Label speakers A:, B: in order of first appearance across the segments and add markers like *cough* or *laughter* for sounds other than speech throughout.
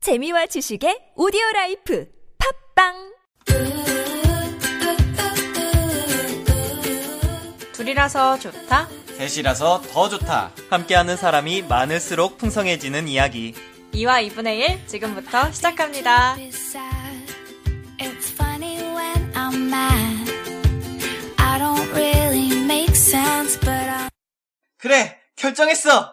A: 재미와 지식의 오디오 라이프 팝빵
B: 둘이라서 좋다.
C: 셋이라서 더 좋다.
D: 함께하는 사람이 많을수록 풍성해지는 이야기.
B: 2와 2분의 1 지금부터 시작합니다.
E: It's funny when I'm mad. I don't really make sense, but I'm.
C: 그래, 결정했어!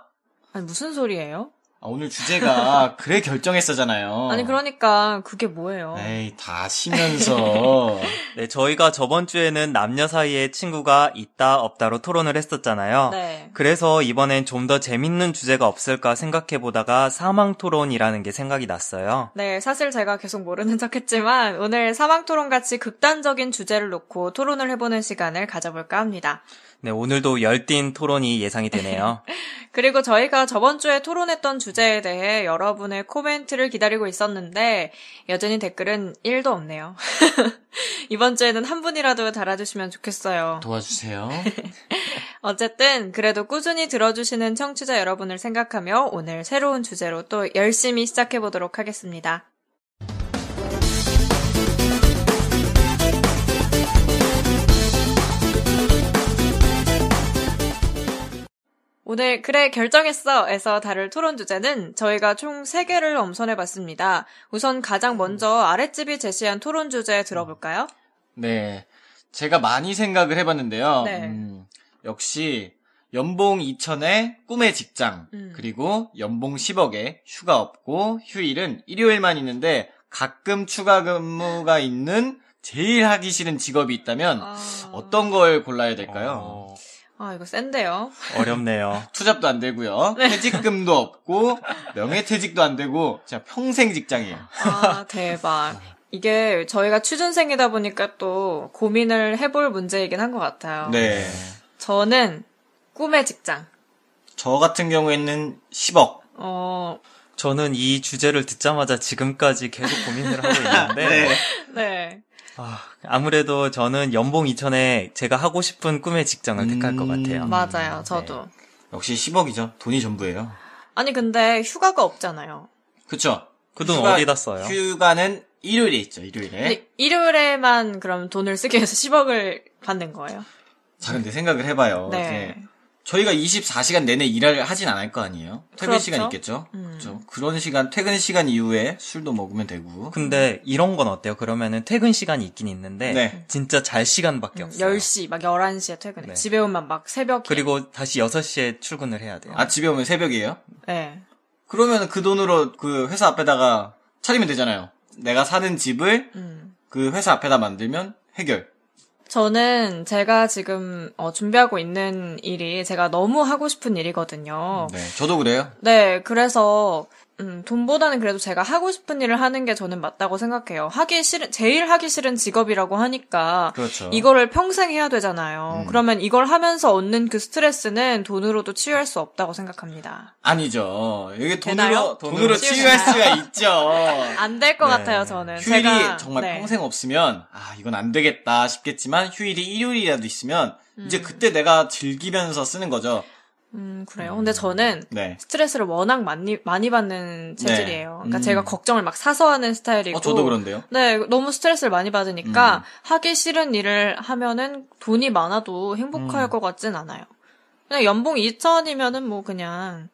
B: 아니 무슨 소리예요?
C: 아,
B: *laughs*
C: 오늘 주제가 그래 결정했어잖아요.
B: 아니 그러니까 그게 뭐예요?
C: 에이, 다 쉬면서.
B: *laughs*
D: 네, 저희가 저번 주에는 남녀 사이에 친구가 있다 없다로 토론을 했었잖아요.
B: 네.
D: 그래서 이번엔 좀 더 재밌는 주제가 없을까 생각해 보다가 사망 토론이라는 게 생각이 났어요.
B: 네, 사실 제가 계속 모르는 *laughs* 척했지만 오늘 사망 토론 같이 극단적인 주제를 놓고 토론을 해보는 시간을 가져볼까 합니다.
D: 네, 오늘도 열띤 토론이
B: *laughs*
D: 예상이 되네요.
B: 그리고 저희가 저번 주에 토론했던 주제에 대해 여러분의 코멘트를 기다리고 있었는데 여전히 댓글은 1도 없네요. *laughs* 이번 주에는 한 분이라도 달아주시면 좋겠어요.
C: 도와주세요.
B: *laughs* 어쨌든 그래도 꾸준히 들어주시는 청취자 여러분을 생각하며 오늘 새로운 주제로 또 열심히 시작해 보도록 하겠습니다. 오늘 그래 결정했어에서 다룰 토론 주제는 저희가 총 3개를 엄선해 봤습니다. 우선 가장 먼저 아랫집이 제시한 토론 주제 들어볼까요?
C: 네. 제가 많이 생각을 해봤는데요.
B: 네.
C: 음, 역시, 연봉 2천에 꿈의 직장,
B: 음.
C: 그리고 연봉 10억에 휴가 없고 휴일은 일요일만 있는데 가끔 추가 근무가 있는 제일 하기 싫은 직업이 있다면 어떤 걸 골라야 될까요?
D: 어,
B: 아, 이거 센데요.
D: 어렵네요.
C: 투잡도 안 되고요.
B: 네.
C: 퇴직금도 없고 명예퇴직도 안 되고 진짜 평생 직장이에요.
B: 아, *laughs* 대박. 이게 저희가 취준생이다 보니까 또 고민을 해볼 문제이긴 한 것 같아요.
C: 네.
B: 저는 꿈의 직장.
C: 저 같은 경우에는 10억.
B: 어,
D: 저는 이 주제를 듣자마자 지금까지 계속 고민을 하고 있는데
C: *laughs*
B: 네.
D: 아, 아무래도 저는 연봉 2천에 제가 하고 싶은 꿈의 직장을 택할 것 같아요.
C: 음.
D: 네.
B: 맞아요. 저도.
C: 역시 10억이죠. 돈이 전부예요.
B: 아니, 근데 휴가가 없잖아요.
C: 그쵸?
D: 그돈
C: 휴가-
D: 어디다 써요?
C: 휴가는 일요일에 있죠, 일요일에.
D: 네?
B: 근데 일요일에만 그럼 돈을 쓰기 위해서 10억을 받는 거예요.
C: 자, 근데 생각을
D: 어,
C: 해봐요.
B: 네.
C: 이제 저희가 24시간 내내 일을 하진 않을 거 아니에요? 퇴근
B: 그렇죠.
C: 시간 있겠죠?
B: 음.
C: 그렇죠. 그런 시간, 퇴근 시간 이후에 술도 먹으면 되고.
D: 근데 이런 건 어때요? 그러면은 퇴근 시간이 있긴 있는데
C: 네.
D: 진짜 잘 시간밖에
B: 음,
D: 없어요.
B: 10시, 막 11시에 퇴근해.
D: 네.
B: 집에 오면 막 새벽.
D: 그리고 다시 6시에 출근을 해야 돼요.
C: 아, 집에 오면 새벽이에요?
B: 네.
C: 그러면 그 돈으로 그 회사 앞에다가 차리면 되잖아요. 내가 사는 집을
B: 음.
C: 그 회사 앞에다 만들면 해결.
B: 저는 제가 지금 어, 준비하고 있는 일이 제가 너무 하고 싶은 일이거든요.
C: 네, 저도 그래요.
B: 네, 그래서 음, 돈보다는 그래도 제가 하고 싶은 일을 하는 게 저는 맞다고 생각해요. 하기 싫은 제일 하기 싫은 직업이라고 하니까
C: 그렇죠.
B: 이거를 평생 해야 되잖아요.
C: 음.
B: 그러면 이걸 하면서 얻는 그 스트레스는 돈으로도 치유할 수 없다고 생각합니다.
C: 아니죠. 이게
B: 되나요?
C: 돈으로 돈으로
B: 치우나요?
C: 치유할 수가 있죠.
B: 안 될 것
D: 네.
B: 같아요, 저는.
C: 휴일이
B: 제가,
C: 정말
B: 네.
C: 평생 없으면 아 이건 안 되겠다 싶겠지만 휴일이 일요일이라도 있으면 이제 그때 내가 즐기면서 쓰는 거죠.
B: 음, 그래요. 근데 저는
C: 네.
B: 스트레스를 워낙 많이 많이 받는 체질이에요. 그러니까
C: 음.
B: 제가 걱정을 막 사서 하는 스타일이고.
C: 어 저도 그런데요.
B: 네, 너무 스트레스를 많이 받으니까
C: 음.
B: 하기 싫은 일을 하면은 돈이 많아도 행복할
C: 음.
B: 것 같진 않아요. 그냥 연봉 2천이면은 뭐 그냥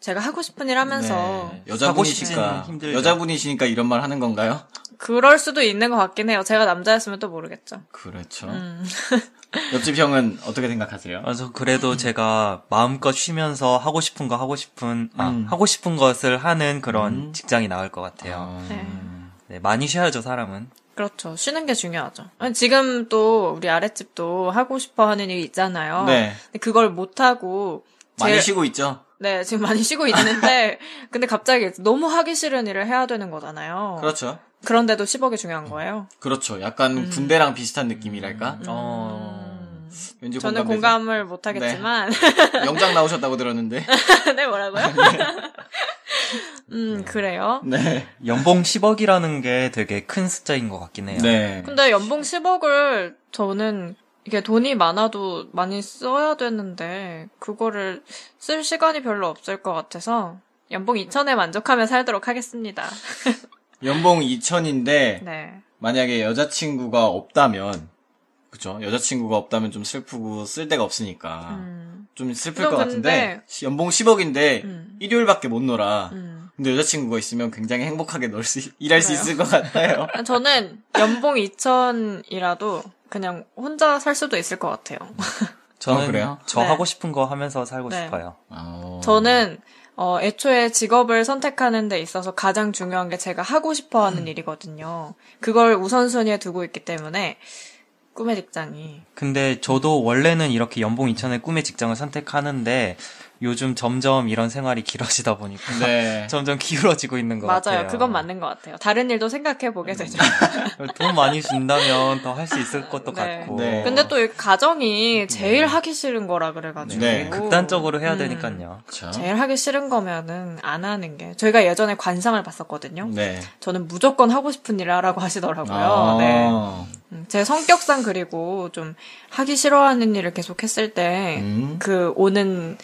B: 제가 하고 싶은 일 하면서
C: 네.
D: 하고
C: 여자분이시니까
D: 싶지는 힘들죠.
C: 여자분이시니까 이런 말 하는 건가요?
B: 그럴 수도 있는 것 같긴 해요. 제가 남자였으면 또 모르겠죠.
C: 그렇죠.
B: 음. *laughs*
C: 옆집 형은 어떻게 생각하세요?
D: 그래서
C: 음.
D: 그래도 제가 마음껏 쉬면서 하고 싶은 거 하고 싶은 아,
C: 음.
D: 하고 싶은 것을 하는 그런
C: 음.
D: 직장이 나을 것 같아요.
C: 아,
B: 네.
D: 네, 많이 쉬어야죠 사람은.
B: 그렇죠. 쉬는 게 중요하죠. 아니, 지금 또 우리 아랫집도 하고 싶어 하는 일이 있잖아요.
C: 네.
B: 근데 그걸 못하고
C: 많이
B: 제일-
C: 쉬고 있죠.
B: 네, 지금 많이 쉬고 있는데, *laughs* 근데 갑자기 너무 하기 싫은 일을 해야 되는 거잖아요.
C: 그렇죠.
B: 그런데도 10억이 중요한 거예요.
C: 그렇죠. 약간
B: 음.
C: 군대랑 비슷한 느낌이랄까?
D: 어.
C: 왠지
B: 저는
C: 공감되죠? 네.
B: 공감을 못 하겠지만
C: *laughs* 영장 나오셨다고 들었는데.
B: *laughs* 네
C: *laughs*
B: 뭐라고요? 음 그래요.
C: 네.
D: 연봉 10억이라는 게 되게 큰 숫자인 것 같긴 해요.
C: 네.
B: 근데 연봉 10억을 저는 이게 돈이 많아도 많이 써야 되는데 그거를 쓸 시간이 별로 없을 것 같아서 연봉 2천에 만족하며 살도록 하겠습니다.
C: 연봉 2천인데
B: 네.
C: 만약에 여자친구가 없다면 그쵸? 여자친구가 없다면 좀 슬프고 쓸 데가 없으니까
B: 음,
C: 좀 슬플
B: 그럼
C: 것
B: 근데-
C: 같은데 시- 연봉 10억인데
B: 음.
C: 일요일밖에 못 놀아.
B: 음.
C: 근데 여자친구가 있으면 굉장히 행복하게 놀 수, *laughs* 일할 수
B: 그래요?
C: 있을 것
B: *laughs*
C: 같아요.
B: 저는 연봉 2천이라도 그냥 혼자 살 수도 있을 것 같아요.
D: 저는
C: 아, 그래요?
D: 저
B: 네.
D: 하고 싶은 거 하면서 살고
B: 네.
D: 싶어요.
C: 아,
B: 저는 어, 애초에 직업을 선택하는 데 있어서 가장 중요한 게 제가 하고 싶어 하는 일이거든요. 그걸 우선순위에 두고 있기 때문에 꿈의 직장이.
D: 근데 저도 원래는 이렇게 연봉 2천의 꿈의 직장을 선택하는데 요즘 점점 이런 생활이 길어지다 보니까
C: 네.
D: *laughs* 점점 기울어지고 있는 것
B: 맞아요.
D: 같아요.
B: 그건 맞는 것 같아요. 다른 일도 생각해 보게 되죠.
D: 돈 많이 준다면 더 할 수 있을 것도
B: 네.
D: 같고.
C: 네.
B: 근데 또 이 가정이 제일 하기 싫은 거라 그래가지고.
C: 네,
D: 극단적으로 해야
B: 음.
D: 되니까요.
C: 그쵸?
B: 제일 하기 싫은 거면은 안 하는 게. 저희가 예전에 관상을 봤었거든요.
C: 네.
B: 저는 무조건 하고 싶은 일 하라고 하시더라고요. 네.
C: 아,
B: 음, 제 성격상 그리고 좀 하기 싫어하는 일을 계속 했을 때,
C: 음.
B: 그 오는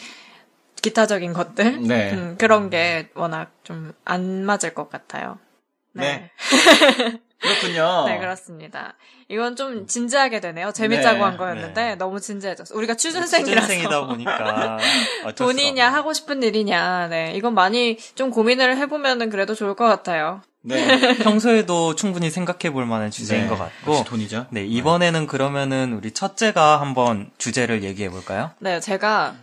B: 기타적인 것들?
C: 네.
B: 음, 그런 게 워낙 좀 안 맞을 것 같아요.
C: 네. 그렇군요.
B: *laughs* 네, 그렇습니다. 이건 좀 진지하게 되네요. 재밌자고
C: 네,
B: 한 거였는데
D: 네.
B: 너무 진지해졌어. 우리가 취준생이라서 *laughs*
D: 취준생이다 보니까 어쩔 수가
B: 돈이냐
D: 없네요.
B: 하고 싶은 일이냐. 네, 이건 많이 좀 고민을 해보면은 그래도 좋을 것 같아요. *laughs*
C: 네.
D: 평소에도 충분히 생각해 볼 만한 주제인
C: 네.
D: 것
C: 역시
D: 같고.
C: 돈이죠.
D: 네, 이번에는 그러면은 우리 첫째가 한번 주제를 얘기해 볼까요?
B: 네, 제가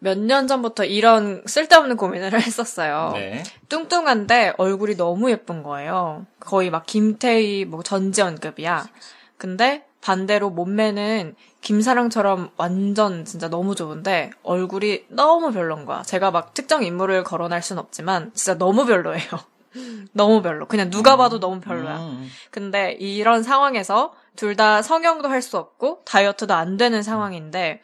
B: 몇 년 전부터 이런 쓸데없는 고민을 *laughs* 했었어요.
C: 네.
B: 뚱뚱한데 얼굴이 너무 예쁜 거예요. 거의 막 김태희, 뭐 전지현급이야. 근데 반대로 몸매는 김사랑처럼 완전 진짜 너무 좋은데 얼굴이 너무 별론 거야. 제가 막 특정 인물을 거론할 순 없지만 진짜 너무 별로예요. *laughs* 너무 별로. 그냥 누가 봐도 너무 별로야.
C: 음.
B: 근데 이런 상황에서 둘 다 성형도 할 수 없고 다이어트도 안 되는 상황인데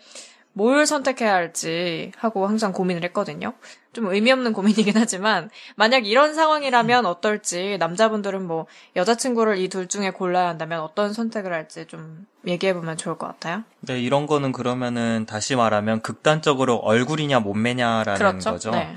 B: 뭘 선택해야 할지 하고 항상 고민을 했거든요. 좀 의미 없는 고민이긴 하지만 만약 이런 상황이라면 어떨지 남자분들은 뭐 여자친구를 이 둘 중에 골라야 한다면 어떤 선택을 할지 좀 얘기해 보면 좋을 것 같아요.
D: 네, 이런 거는 그러면은 다시 말하면 극단적으로 얼굴이냐 몸매냐라는
B: 그렇죠?
D: 거죠. *laughs*
B: 네.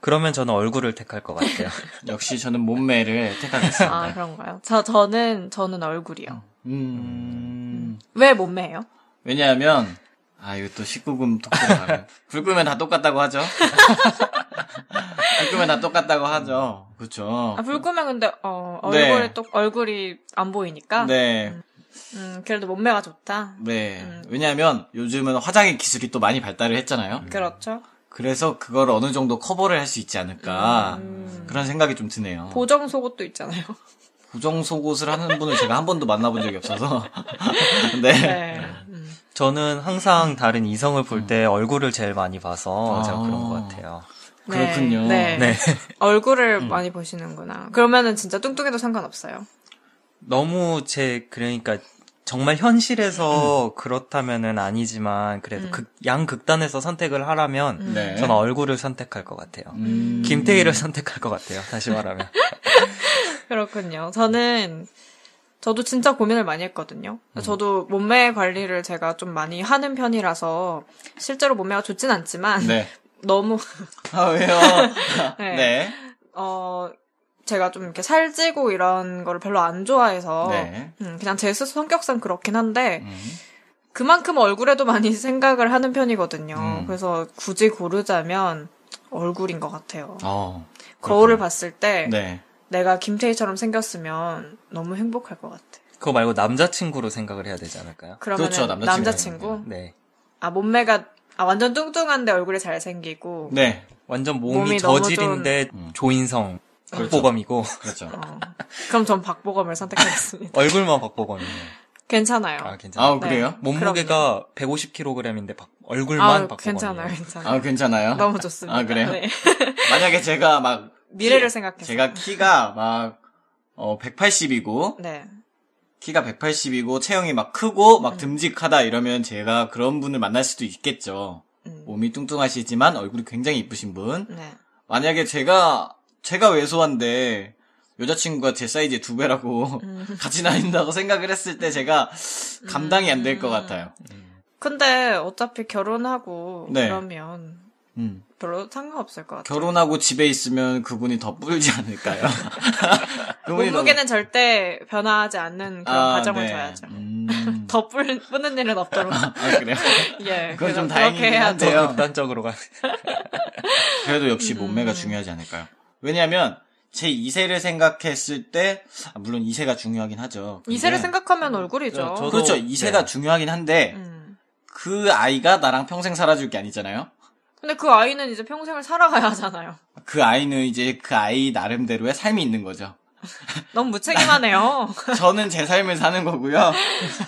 D: 그러면 저는 얼굴을 택할 것
B: *laughs*
D: 같아요.
C: 역시 저는 몸매를 택하겠습니다.
B: 아 그런가요? 저 저는 저는 얼굴이요.
C: 음.
B: 왜 몸매예요?
C: 왜냐하면 아 이거 또 19금 독서가 굵으면 다 똑같다고 하죠. *laughs* 굵으면 다 똑같다고 하죠. 그렇죠.
B: 아, 불구면 근데 어,
C: 네.
B: 얼굴에 또 얼굴이 안 보이니까
C: 네,
B: 음, 그래도 몸매가 좋다.
C: 네.
B: 음.
C: 왜냐하면 요즘은 화장의 기술이 또 많이 발달을 했잖아요.
B: 그렇죠.
C: 그래서 그걸 어느 정도 커버를 할 수 있지 않을까
B: 음.
C: 그런 생각이 좀 드네요.
B: 보정 속옷도 있잖아요.
C: 고정 속옷을 하는 분을 제가 한 번도 만나본 적이 없어서. *laughs* 네.
B: 네. 음.
D: 저는 항상 다른 이성을 볼 때 얼굴을 제일 많이 봐서
C: 아.
D: 제가 그런 것 같아요.
C: 그렇군요. 음.
B: 네.
D: 네.
B: 얼굴을 많이 보시는구나. 그러면은 진짜 뚱뚱해도 상관없어요. *laughs*
D: 너무 제 그러니까 정말 현실에서 그렇다면은 아니지만 그래도
B: 음.
D: 극, 양 극단에서 선택을 하라면
B: 음.
C: 네.
D: 저는 얼굴을 선택할 것 같아요.
C: 음.
D: 김태희를 선택할 것 같아요. 다시
B: *laughs*
D: 말하면.
B: 그렇군요. 저는 저도 진짜 고민을 많이 했거든요.
C: 음.
B: 저도 몸매 관리를 제가 좀 많이 하는 편이라서 실제로 몸매가 좋진 않지만
C: 네.
B: *laughs*
C: *laughs*
B: 너무
C: 아 왜요?
B: 네.
C: 네.
B: 어 제가 좀 이렇게 살찌고 이런 거를 별로 안 좋아해서
C: 네.
B: 음, 그냥 제 스스로 성격상 그렇긴 한데
C: 음.
B: 그만큼 얼굴에도 많이 *laughs* 생각을 하는 편이거든요.
C: 음.
B: 그래서 굳이 고르자면 얼굴인 것 같아요.
C: 어.
B: 거울을 봤을 때
C: 네.
B: 내가 김태희처럼 생겼으면 너무 행복할 것 같아.
D: 그거 말고 남자친구로 생각을 해야 되지 않을까요?
B: 그러면
C: 그렇죠,
B: 남자친구.
C: 남자친구.
D: 네.
B: 아 몸매가 아 완전 뚱뚱한데 얼굴이 잘생기고
C: 네.
D: 완전 몸이,
B: 몸이 너무
D: 저질인데
C: 좀- 음.
D: 조인성
C: 그렇죠.
D: 박보검이고 *laughs*
C: 그렇죠.
B: 어. 그럼 전 박보검을 선택하겠습니다. *laughs*
D: 얼굴만 박보검이에요.
B: 괜찮아요.
D: 아 괜찮아.
C: 아
D: 요
B: 네.
C: 그래요?
D: 몸무게가 150kg인데 얼굴만
B: 아
D: 박보검이에요.
B: 괜찮아요, 괜찮아요.
C: 아 괜찮아요.
B: 너무 좋습니다.
C: 아, 그래요?
B: 네.
C: 만약에 제가 막
B: 미래를
C: 키-
B: 생각해서.
C: 제가 키가 막 어, 180이고
B: 네.
C: 키가 180이고 체형이 막 크고
B: 음.
C: 막 듬직하다 이러면 제가 그런 분을 만날 수도 있겠죠.
B: 음.
C: 몸이 뚱뚱하시지만 얼굴이 굉장히 이쁘신 분.
B: 네.
C: 만약에 제가 제가 왜소한데 여자친구가 제 사이즈의 두 배라고
B: 음.
C: *laughs* 같이 다닌다고 생각을 했을 때 제가
B: 음.
C: 감당이 안 될 것 같아요.
B: 근데 어차피 결혼하고
C: 네.
B: 그러면
C: 음.
B: 별로 상관없을 것 같아요.
C: 결혼하고 집에 있으면 그분이 더 뿌리지 않을까요? *laughs* 그분이 더-
B: 몸무게는 절대 변화하지 않는 그런
C: 아,
B: 과정을
C: 네.
B: 줘야죠. *laughs*
C: 음.
B: 더 뿌- 뿌는 일은 없도록.
C: *laughs* 아, 그래요?
B: 예.
C: 그건
B: 그래서
C: 좀
B: 그렇게
C: 다행이긴
B: 해야
C: 한데.
B: 돼.
C: 돼요.
D: 더 극단적으로 가. *laughs*
C: 그래도 역시 몸매가
B: 음.
C: 중요하지 않을까요? 왜냐하면 제 2세를 생각했을 때 아, 물론 2세가 중요하긴 하죠. 근데-
B: 이세를 생각하면 얼굴이죠.
D: 저- 저도-
C: 그렇죠.
D: 네.
C: 2세가 중요하긴 한데
B: 음.
C: 그 아이가 나랑 평생 살아줄 게 아니잖아요.
B: 근데 그 아이는 이제 평생을 살아가야 하잖아요. *laughs*
C: 그 아이는 이제 그 아이 나름대로의 삶이 있는 거죠.
B: 너무 무책임하네요.
C: *laughs* 저는 제 삶을 사는 거고요.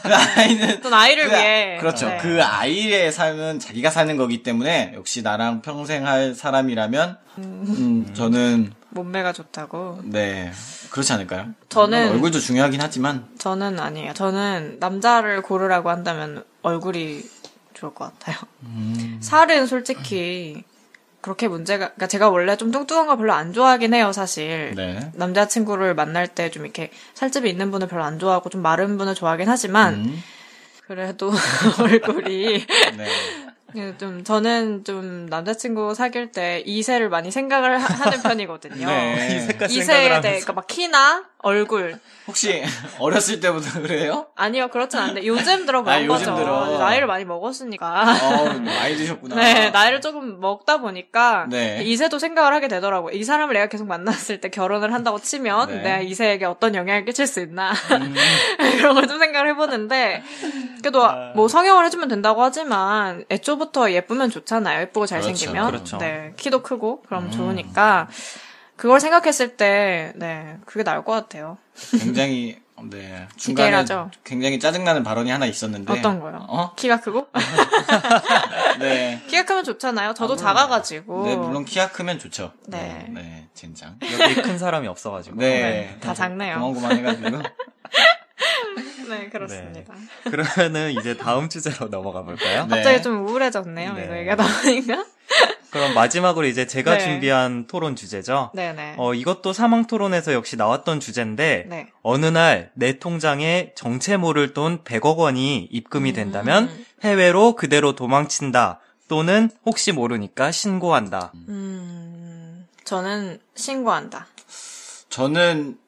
C: 그 아이는
B: 어떤 아이를
C: 그 아-
B: 위해.
C: 그렇죠.
B: 네.
C: 그 아이의 삶은 자기가 사는 거기 때문에 역시 나랑 평생 할 사람이라면 음, 저는
B: 몸매가 좋다고.
C: 네 그렇지 않을까요?
B: 저는-
C: 얼굴도 중요하긴 하지만
B: 저는 아니에요. 저는 남자를 고르라고 한다면 얼굴이 좋을 것 같아요.
C: 음.
B: 살은 솔직히 그렇게 문제가, 그러니까 제가 원래 좀 뚱뚱한 거 별로 안 좋아하긴 해요, 사실.
C: 네.
B: 남자친구를 만날 때 좀 이렇게 살집이 있는 분을 별로 안 좋아하고 좀 마른 분을 좋아하긴 하지만
C: 음,
B: 그래도 *laughs* 얼굴이
C: 네.
B: 좀 저는 좀 남자친구 사귈 때 이세를 많이 생각을 하- 하는 어, 편이거든요.
C: 네.
D: 색깔
B: 이세에
D: 생각을
B: 대해
D: 하면서
B: 그러니까 막 키나 얼굴
C: 혹시 *laughs* 어렸을 때부터 그래요?
B: 아니요 그렇진 않은데 요즘 들어 그런
C: 아, 요즘
B: 거죠.
C: 들어.
B: 나이를 많이 먹었으니까.
C: 어, 많이 드셨구나.
B: 네, 나이를 조금 먹다 보니까
C: 아. 네.
B: 이세도 생각을 하게 되더라고요. 이 사람을 내가 계속 만났을 때 결혼을 한다고 치면
C: 네.
B: 내가 이세에게 어떤 영향을 끼칠 수 있나 *laughs* 이런 걸 좀 생각을 해보는데 그래도 뭐 성형을 해주면 된다고 하지만 애초부터 예쁘면 좋잖아요. 예쁘고 잘생기면
D: 그렇죠, 그렇죠.
B: 네, 키도 크고 그럼 좋으니까 그걸 생각했을 때 네, 그게 나을 것 같아요.
C: 굉장히 네 중간에
B: 디테일하죠.
C: 굉장히 짜증나는 발언이 하나 있었는데
B: 어떤 거요?
C: 어?
B: 키가 크고
C: 네.
B: *laughs* 키가 크면 좋잖아요. 저도 작아가지고
C: 네 물론 키가 크면 좋죠.
B: 네.
C: 네 젠장.
D: 여기 큰 사람이 없어가지고.
C: 네.
B: 다 작네요.
C: 고만고만 해가지고.
B: 네 그렇습니다.
D: 그러면은 이제 다음 주제로 *laughs* 넘어가 볼까요?
C: 네.
B: 갑자기 좀 우울해졌네요.
D: 네.
B: 이거 얘기하다 보니까. *laughs*
D: 그럼 마지막으로 이제 제가
B: 네.
D: 준비한 토론 주제죠.
B: 네네.
D: 어, 이것도 사망 토론에서 역시 나왔던 주제인데
B: 네.
D: 어느 날 내 통장에 정체 모를 돈 100억 원이 입금이 된다면
B: 음.
D: 해외로 그대로 도망친다. 또는 혹시 모르니까 신고한다. 네,
B: 음, 저는 신고한다.
C: 저는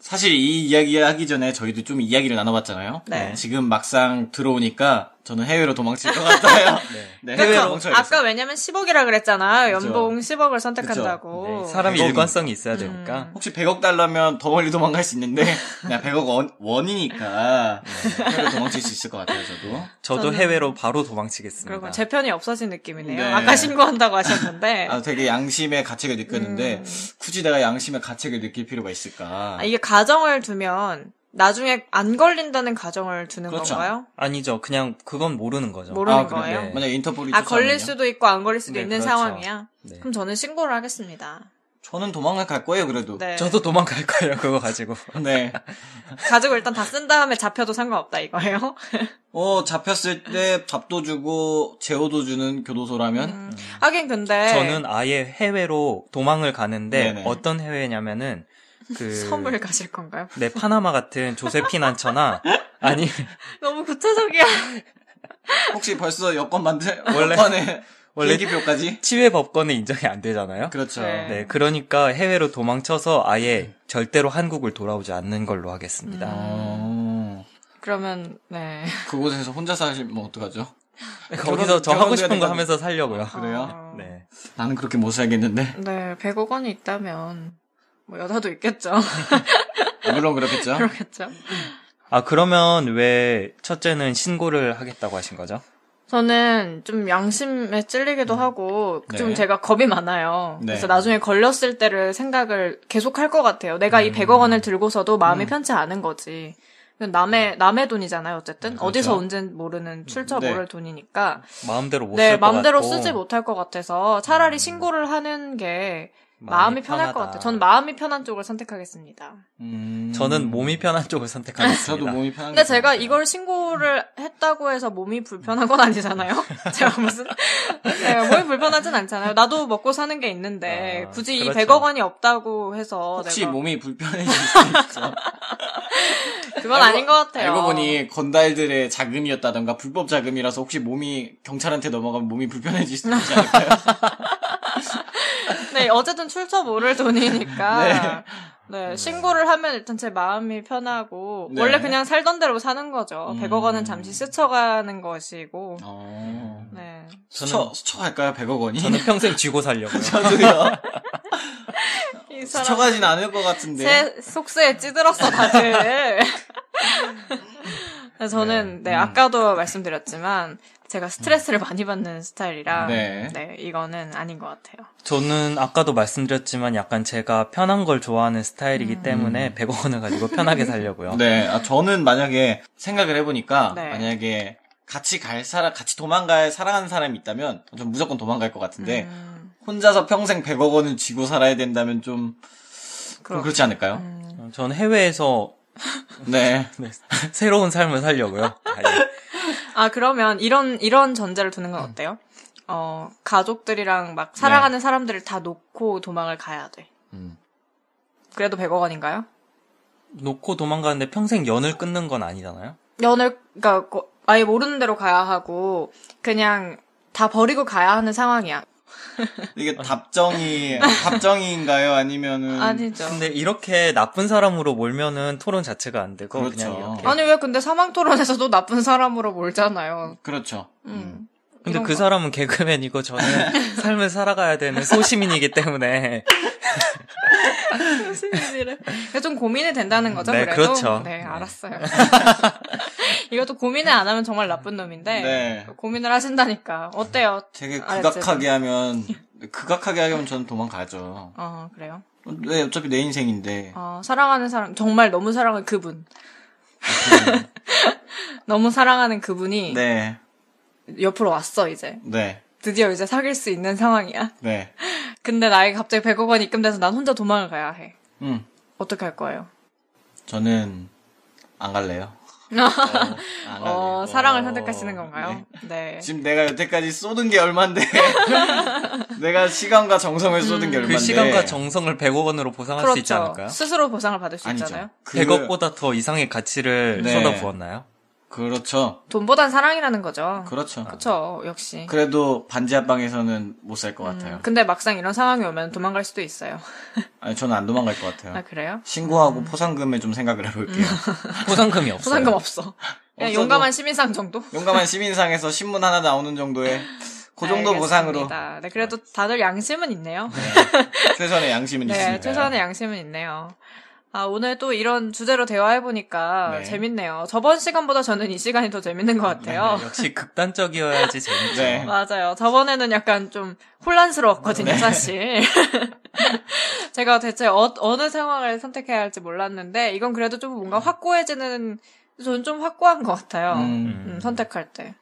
C: 사실 이 이야기 하기 전에 저희도 좀 이야기를 나눠봤잖아요.
B: 네.
C: 지금 막상 들어오니까 저는 해외로 도망칠
B: *laughs*
C: 것 같아요. 네, 해외로
B: 그렇죠. 아까
C: 도망쳐야겠어요.
B: 왜냐면 10억이라 그랬잖아요.
C: 그렇죠.
B: 연봉 10억을 선택한다고.
D: 네, 사람이
C: 100억 이-
D: 일관성이 있어야 되니까.
B: 음.
C: 혹시 100억 달러면 더 멀리 도망갈 수 있는데 그냥 100억 원, 원이니까 네, 해외로 도망칠 수 있을 것 같아요. 저도.
D: 저도
B: 저는-
D: 해외로 바로 도망치겠습니다.
B: 그리고 제 편이 없어진 느낌이네요.
C: 네.
B: 아까 신고한다고 하셨는데.
C: *laughs* 아, 되게 양심의 가책을 느꼈는데 굳이 내가 양심의 가책을 느낄 필요가 있을까?
B: 음. 아, 이게 가정을 두면 나중에 안 걸린다는 가정을 두는
C: 그렇죠.
B: 건가요?
D: 아니죠. 그냥 그건 모르는 거죠.
B: 모르는
C: 그래요?
B: 거예요?
D: 네.
C: 아, 만약 인터폴이
B: 아, 걸릴
C: 수도
B: 수도 있고 안 걸릴 수도
D: 네,
B: 있는
D: 그렇죠.
B: 상황이야.
D: 네.
B: 그럼 저는 신고를 하겠습니다.
C: 저는 도망을 갈 거예요, 그래도.
B: 네.
D: 저도 도망갈 거예요. 그거 가지고.
C: 네.
B: 가지고 일단 다 쓴 다음에 잡혀도 상관없다 이거예요.
C: 어, 잡혔을 때 밥도 주고 재호도 주는 교도소라면
D: 음.
B: 하긴 근데
D: 저는 아예 해외로 도망을 가는데
C: 네네.
D: 어떤 해외냐면은
B: *laughs*
D: 그
B: 섬을 가실 건가요?
D: 네, 파나마 같은 조세핀 안처나 아니
B: 너무 구체적이야.
C: 혹시 벌써 여권 만들
D: *laughs* 원래-
C: 여권에
D: 원래-
C: 비행기표까지?
D: 치외 법권에 인정이 안 되잖아요.
C: 그렇죠.
B: 네.
D: 네, 그러니까 해외로 도망쳐서 아예 절대로 한국을 돌아오지 않는 걸로 하겠습니다.
B: 음.
C: 어,
B: *laughs* 그러면 네.
C: 그곳에서 혼자 사시면 어떡하죠?
D: 네, 거기서 저
C: 결혼-
D: 하고 싶은 거
C: 결혼되니까-
D: 하면서 살려고요.
C: 그래요?
B: 어,
D: 네.
C: 나는 그렇게 못 살겠는데.
B: 네, 100억 원이 있다면 뭐 여자도 있겠죠. *laughs*
C: 물론 그렇겠죠.
B: 그렇겠죠.
D: 아, 그러면 왜 첫째는 신고를 하겠다고 하신 거죠?
B: 저는 좀 양심에 찔리기도 하고 좀
C: 네.
B: 제가 겁이 많아요.
C: 네.
B: 그래서 나중에 걸렸을 때를 생각을 계속 할 것 같아요. 내가 이 100억 원을 들고서도 마음이 편치 않은 거지. 이건 남의 남의 돈이잖아요. 어쨌든
C: 네, 그렇죠.
B: 어디서 온진 모르는 출처
C: 네.
B: 모를 돈이니까
D: 마음대로 못 쓸 것
B: 네,
D: 같고.
B: 마음대로 쓰지 못할 것 같아서 차라리 신고를 하는 게 마음이, 편할
D: 편하다.
B: 것 같아요. 저는 마음이 편한 쪽을 선택하겠습니다.
C: 음,
D: 저는 몸이 편한 쪽을 선택하겠습니다.
C: 저도 몸이 편한
B: 근데
C: 게
B: 제가
C: 좋아요.
B: 이걸 신고를 했다고 해서 몸이 불편한 건 아니잖아요. *laughs* 제가 무슨 네, 몸이 불편하진 않잖아요. 나도 먹고 사는 게 있는데
D: 아,
B: 굳이
D: 그렇죠.
B: 어, 이 100억 원이 없다고 해서 *laughs*
C: *laughs* 혹시
B: 내가
C: 몸이 불편해질 수 있죠.
B: 그건 아닌 것 같아요.
C: 알고 보니 건달들의 자금이었다던가 불법 자금이라서 혹시 몸이 경찰한테 넘어가면 몸이 불편해질 수도
D: *laughs*
C: 있지 않을까요?
B: 네, 어쨌든 출처 모를
C: *laughs*
B: 돈이니까. 네. 신고를 하면 일단 제 마음이 편하고,
C: 네.
B: 원래 그냥 살던 대로 사는 거죠.
C: 음.
B: 100억 원은 잠시 스쳐가는 것이고,
C: 어...
B: 네.
C: 수처, 수처 갈까요? 100억 원이? *laughs*
D: 저는 평생 쥐고 살려고요.
C: 저도요.
B: 이 사람
C: 수처가진 않을 것 같은데.
B: 새 속세에 찌들었어, 다들. 그래서 저는, 네, 아까도 말씀드렸지만, 제가 스트레스를 많이 받는 스타일이라,
C: 네.
B: 네, 이거는 아닌 것 같아요.
D: *laughs* 저는 아까도 말씀드렸지만 약간 제가 편한 걸 좋아하는 스타일이기
B: 음.
D: 때문에 100억 원을 가지고 편하게 살려고요.
C: 음. 네, 아, 저는 만약에 생각을 해보니까
B: 네.
C: 만약에 같이 갈 사람, 같이 도망갈 사랑하는 사람이 있다면 전 무조건 도망갈 것 같은데
B: 음,
C: 혼자서 평생 100억 원을 쥐고 살아야 된다면 좀
B: 그렇-
C: 그렇지 음. 않을까요?
D: 저는 해외에서
C: 네.
D: 네, *laughs* 새로운
B: *laughs*
D: 삶을 살려고요. 아예.
B: 아, 그러면 이런, 이런 전제를 두는 건 어때요? 어, 가족들이랑 막 사랑하는 사람들을 다 놓고 도망을 가야 돼.
C: 음.
B: 그래도 100억 원인가요?
D: 놓고 도망가는데 평생 연을 끊는 건 아니잖아요.
B: 연을, 그니까, 아예 모르는 대로 가야 하고, 그냥 다 버리고 가야 하는 상황이야.
C: 이게 답정이 답정인가요? 아니면은
B: 아니죠.
D: 근데 이렇게 나쁜 사람으로 몰면은 토론 자체가 안 되고
C: 그렇죠.
D: 그냥 이렇게.
B: 아니, 왜 근데 사망 토론에서도 나쁜 사람으로 몰잖아요.
C: 그렇죠.
B: 음.
D: 근데
B: 이런
D: 그
B: 거.
D: 사람은
B: *laughs*
D: 개그맨이고 저는 삶을 살아가야 되는 소시민이기 때문에 그
B: 그러니까 좀 고민이 된다는 거죠,
D: 네,
B: 그래도?
D: 그렇죠.
B: 네,
D: 네.
B: 알았어요. 이것도 고민을 안 하면 정말 나쁜 놈인데,
C: 네.
B: 고민을 하신다니까. 어때요?
C: 되게
B: 알았어요.
C: 극악하게 하면 극악하게 하면 저는 도망가죠.
B: 어, 그래요.
C: 네, 어차피 내 인생인데.
B: 어, 사랑하는 사람, 정말 너무 사랑하는 그분. *laughs* 너무 사랑하는 그분이
C: 음. 네.
B: 옆으로 왔어, 이제.
C: 네.
B: 드디어 이제 사귈 수 있는 상황이야.
C: 네.
B: 근데 나에게 갑자기 100억 원이 입금돼서 난 혼자 도망을 가야 해.
C: 음.
B: 어떻게 할 거예요?
C: 저는 안 갈래요. 어, 안 갈래요.
B: 아,
C: 뭐,
B: 어, 사랑을 선택하시는 건가요? 네.
C: 지금 내가 여태까지 쏟은 게 얼만데 *laughs* 내가 시간과 정성을
B: 음,
C: 쏟은 게 얼만데
D: 그 시간과 정성을 100억 원으로 보상할 수 있지 않을까요?
B: 그렇죠. 스스로 보상을 받을 수
C: 아니죠
B: 있잖아요.
C: 그-
D: 100억보다 더 이상의 가치를
C: 네.
D: 쏟아부었나요?
C: 그렇죠
B: 돈보단 사랑이라는 거죠.
C: 그렇죠
B: 그렇죠, 역시.
C: 그래도 반지 합방에서는 못 살
B: 음,
C: 것 같아요
B: 근데 막상 이런 상황이 오면 도망갈 수도 있어요.
C: 아니 저는 안 도망갈 것 같아요
B: 아, 그래요? 음.
C: 신고하고 포상금에 좀 생각을 해볼게요
B: *laughs*
D: 보상금이 없어요.
B: 보상금 없어. 그냥
C: 없어도-
B: 용감한 시민상 정도?
C: 용감한 시민상에서 신문 하나 나오는 정도의 그 정도
B: 알겠습니다.
C: 보상으로
B: 네, 그래도 다들 양심은 있네요.
C: 최선의 양심은
B: 네,
C: 있으니까
B: 최소한의 양심은 있네요. 아, 오늘 또 이런 주제로 대화해보니까
C: 네.
B: 재밌네요. 저번 시간보다 저는 이 시간이 더 재밌는 것 같아요.
D: 네, 역시 극단적이어야지 재밌죠.
C: 네.
B: 맞아요. 저번에는 약간 좀 혼란스러웠거든요, 사실. *laughs* 제가 대체 어, 어느 상황을 선택해야 할지 몰랐는데, 이건 그래도 좀 뭔가 확고해지는, 저는 좀 확고한 것 같아요.
C: 음,
B: 음, 선택할 때.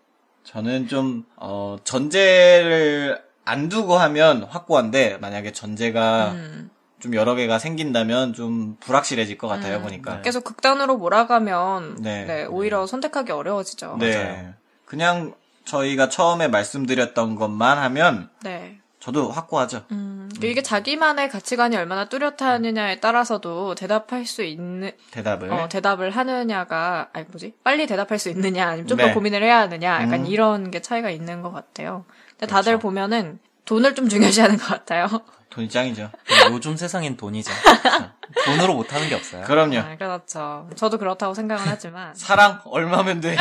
C: 저는 좀 어, 전제를 안 두고 하면 확고한데 만약에 전제가
B: 음.
C: 좀 여러 개가 생긴다면 좀 불확실해질 것 같아요 보니까.
B: 음. 네. 계속 극단으로 몰아가면,
C: 네.
B: 네, 오히려 선택하기 어려워지죠.
C: 네. 그냥 저희가 처음에 말씀드렸던 것만 하면
B: 네.
C: 저도 확고하죠.
B: 음, 이게 자기만의 가치관이 얼마나 뚜렷하느냐에 따라서도 대답할 수 있는
C: 대답을.
B: 어, 대답을 하느냐가 아니 뭐지 빨리 대답할 수 있느냐 아니면 좀 더
C: 네.
B: 고민을 해야 하느냐 약간
C: 음. 그렇죠.
B: 이런 게 차이가 있는 것 같아요. 근데 다들 보면은 돈을 좀 중요시하는 것
C: *laughs*
B: 같아요.
C: 돈이 짱이죠.
D: 네, 요즘 세상엔 돈이죠. 그렇죠. 돈으로 못하는 게 없어요.
C: 그럼요.
B: 아, 그렇죠. 저도 그렇다고 생각은
C: *laughs*
B: 하지만.
C: 사랑 얼마면
B: *laughs*
C: 돼?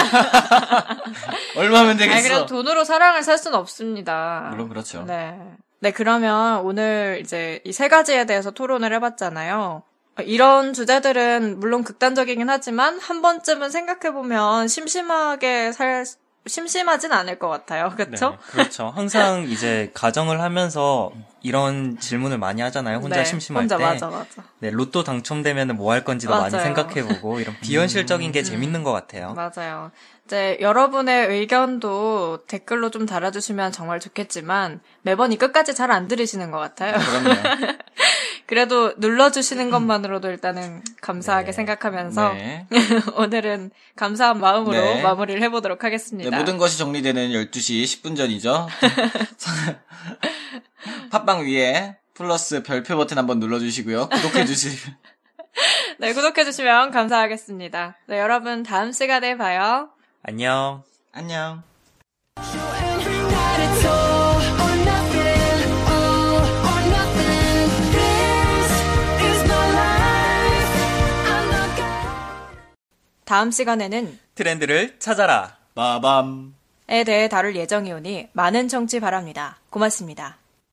C: 얼마면
B: 아니,
C: 되겠어?
B: 그래도 돈으로 사랑을 살 수는 없습니다.
C: 물론 그렇죠.
B: 네. 네, 그러면 오늘 이제 이 세 가지에 대해서 토론을 해봤잖아요. 어, 이런 주제들은 물론 극단적이긴 하지만 한 번쯤은 생각해보면 심심하게 살, 심심하진 않을 것 같아요.
C: 네.
B: 그쵸?
D: 그렇죠. 항상 이제 가정을 하면서 이런 질문을 많이 하잖아요. 혼자
B: 네,
D: 심심할
B: 혼자
D: 때.
B: 맞아, 맞아.
D: 네, 로또 당첨되면 뭐 할 건지도 많이
B: 맞아요. 음. *laughs*
D: 생각해보고 이런 비현실적인 게 재밌는 것 같아요.
B: 맞아요. 이제 여러분의 의견도 댓글로 좀 달아주시면 정말 좋겠지만 매번 이 끝까지 잘 안 들으시는 것 같아요.
D: 네.
C: 그럼요.
B: *laughs* 그래도 눌러주시는 것만으로도 일단은 감사하게 생각하면서
C: 네.
B: *laughs* 오늘은 감사한 마음으로
C: 네.
B: 마무리를 해보도록
C: 네,
B: 하겠습니다.
C: 모든 것이 정리되는 12시 10분 전이죠. *laughs* 팟빵 위에 플러스 별표 버튼 한번 눌러주시고요. 구독해주시면
B: 네, 구독해주시면 감사하겠습니다. 네, 여러분, 다음 시간에 봐요.
D: 안녕.
C: *laughs* 안녕.
E: Every night it's all or nothing, all or nothing. This is my life. I'm not gonna.
B: 다음 시간에는
D: 트렌드를 찾아라.
C: 빠밤.
B: 에 대해 다룰 예정이오니 많은 청취 바랍니다. 고맙습니다.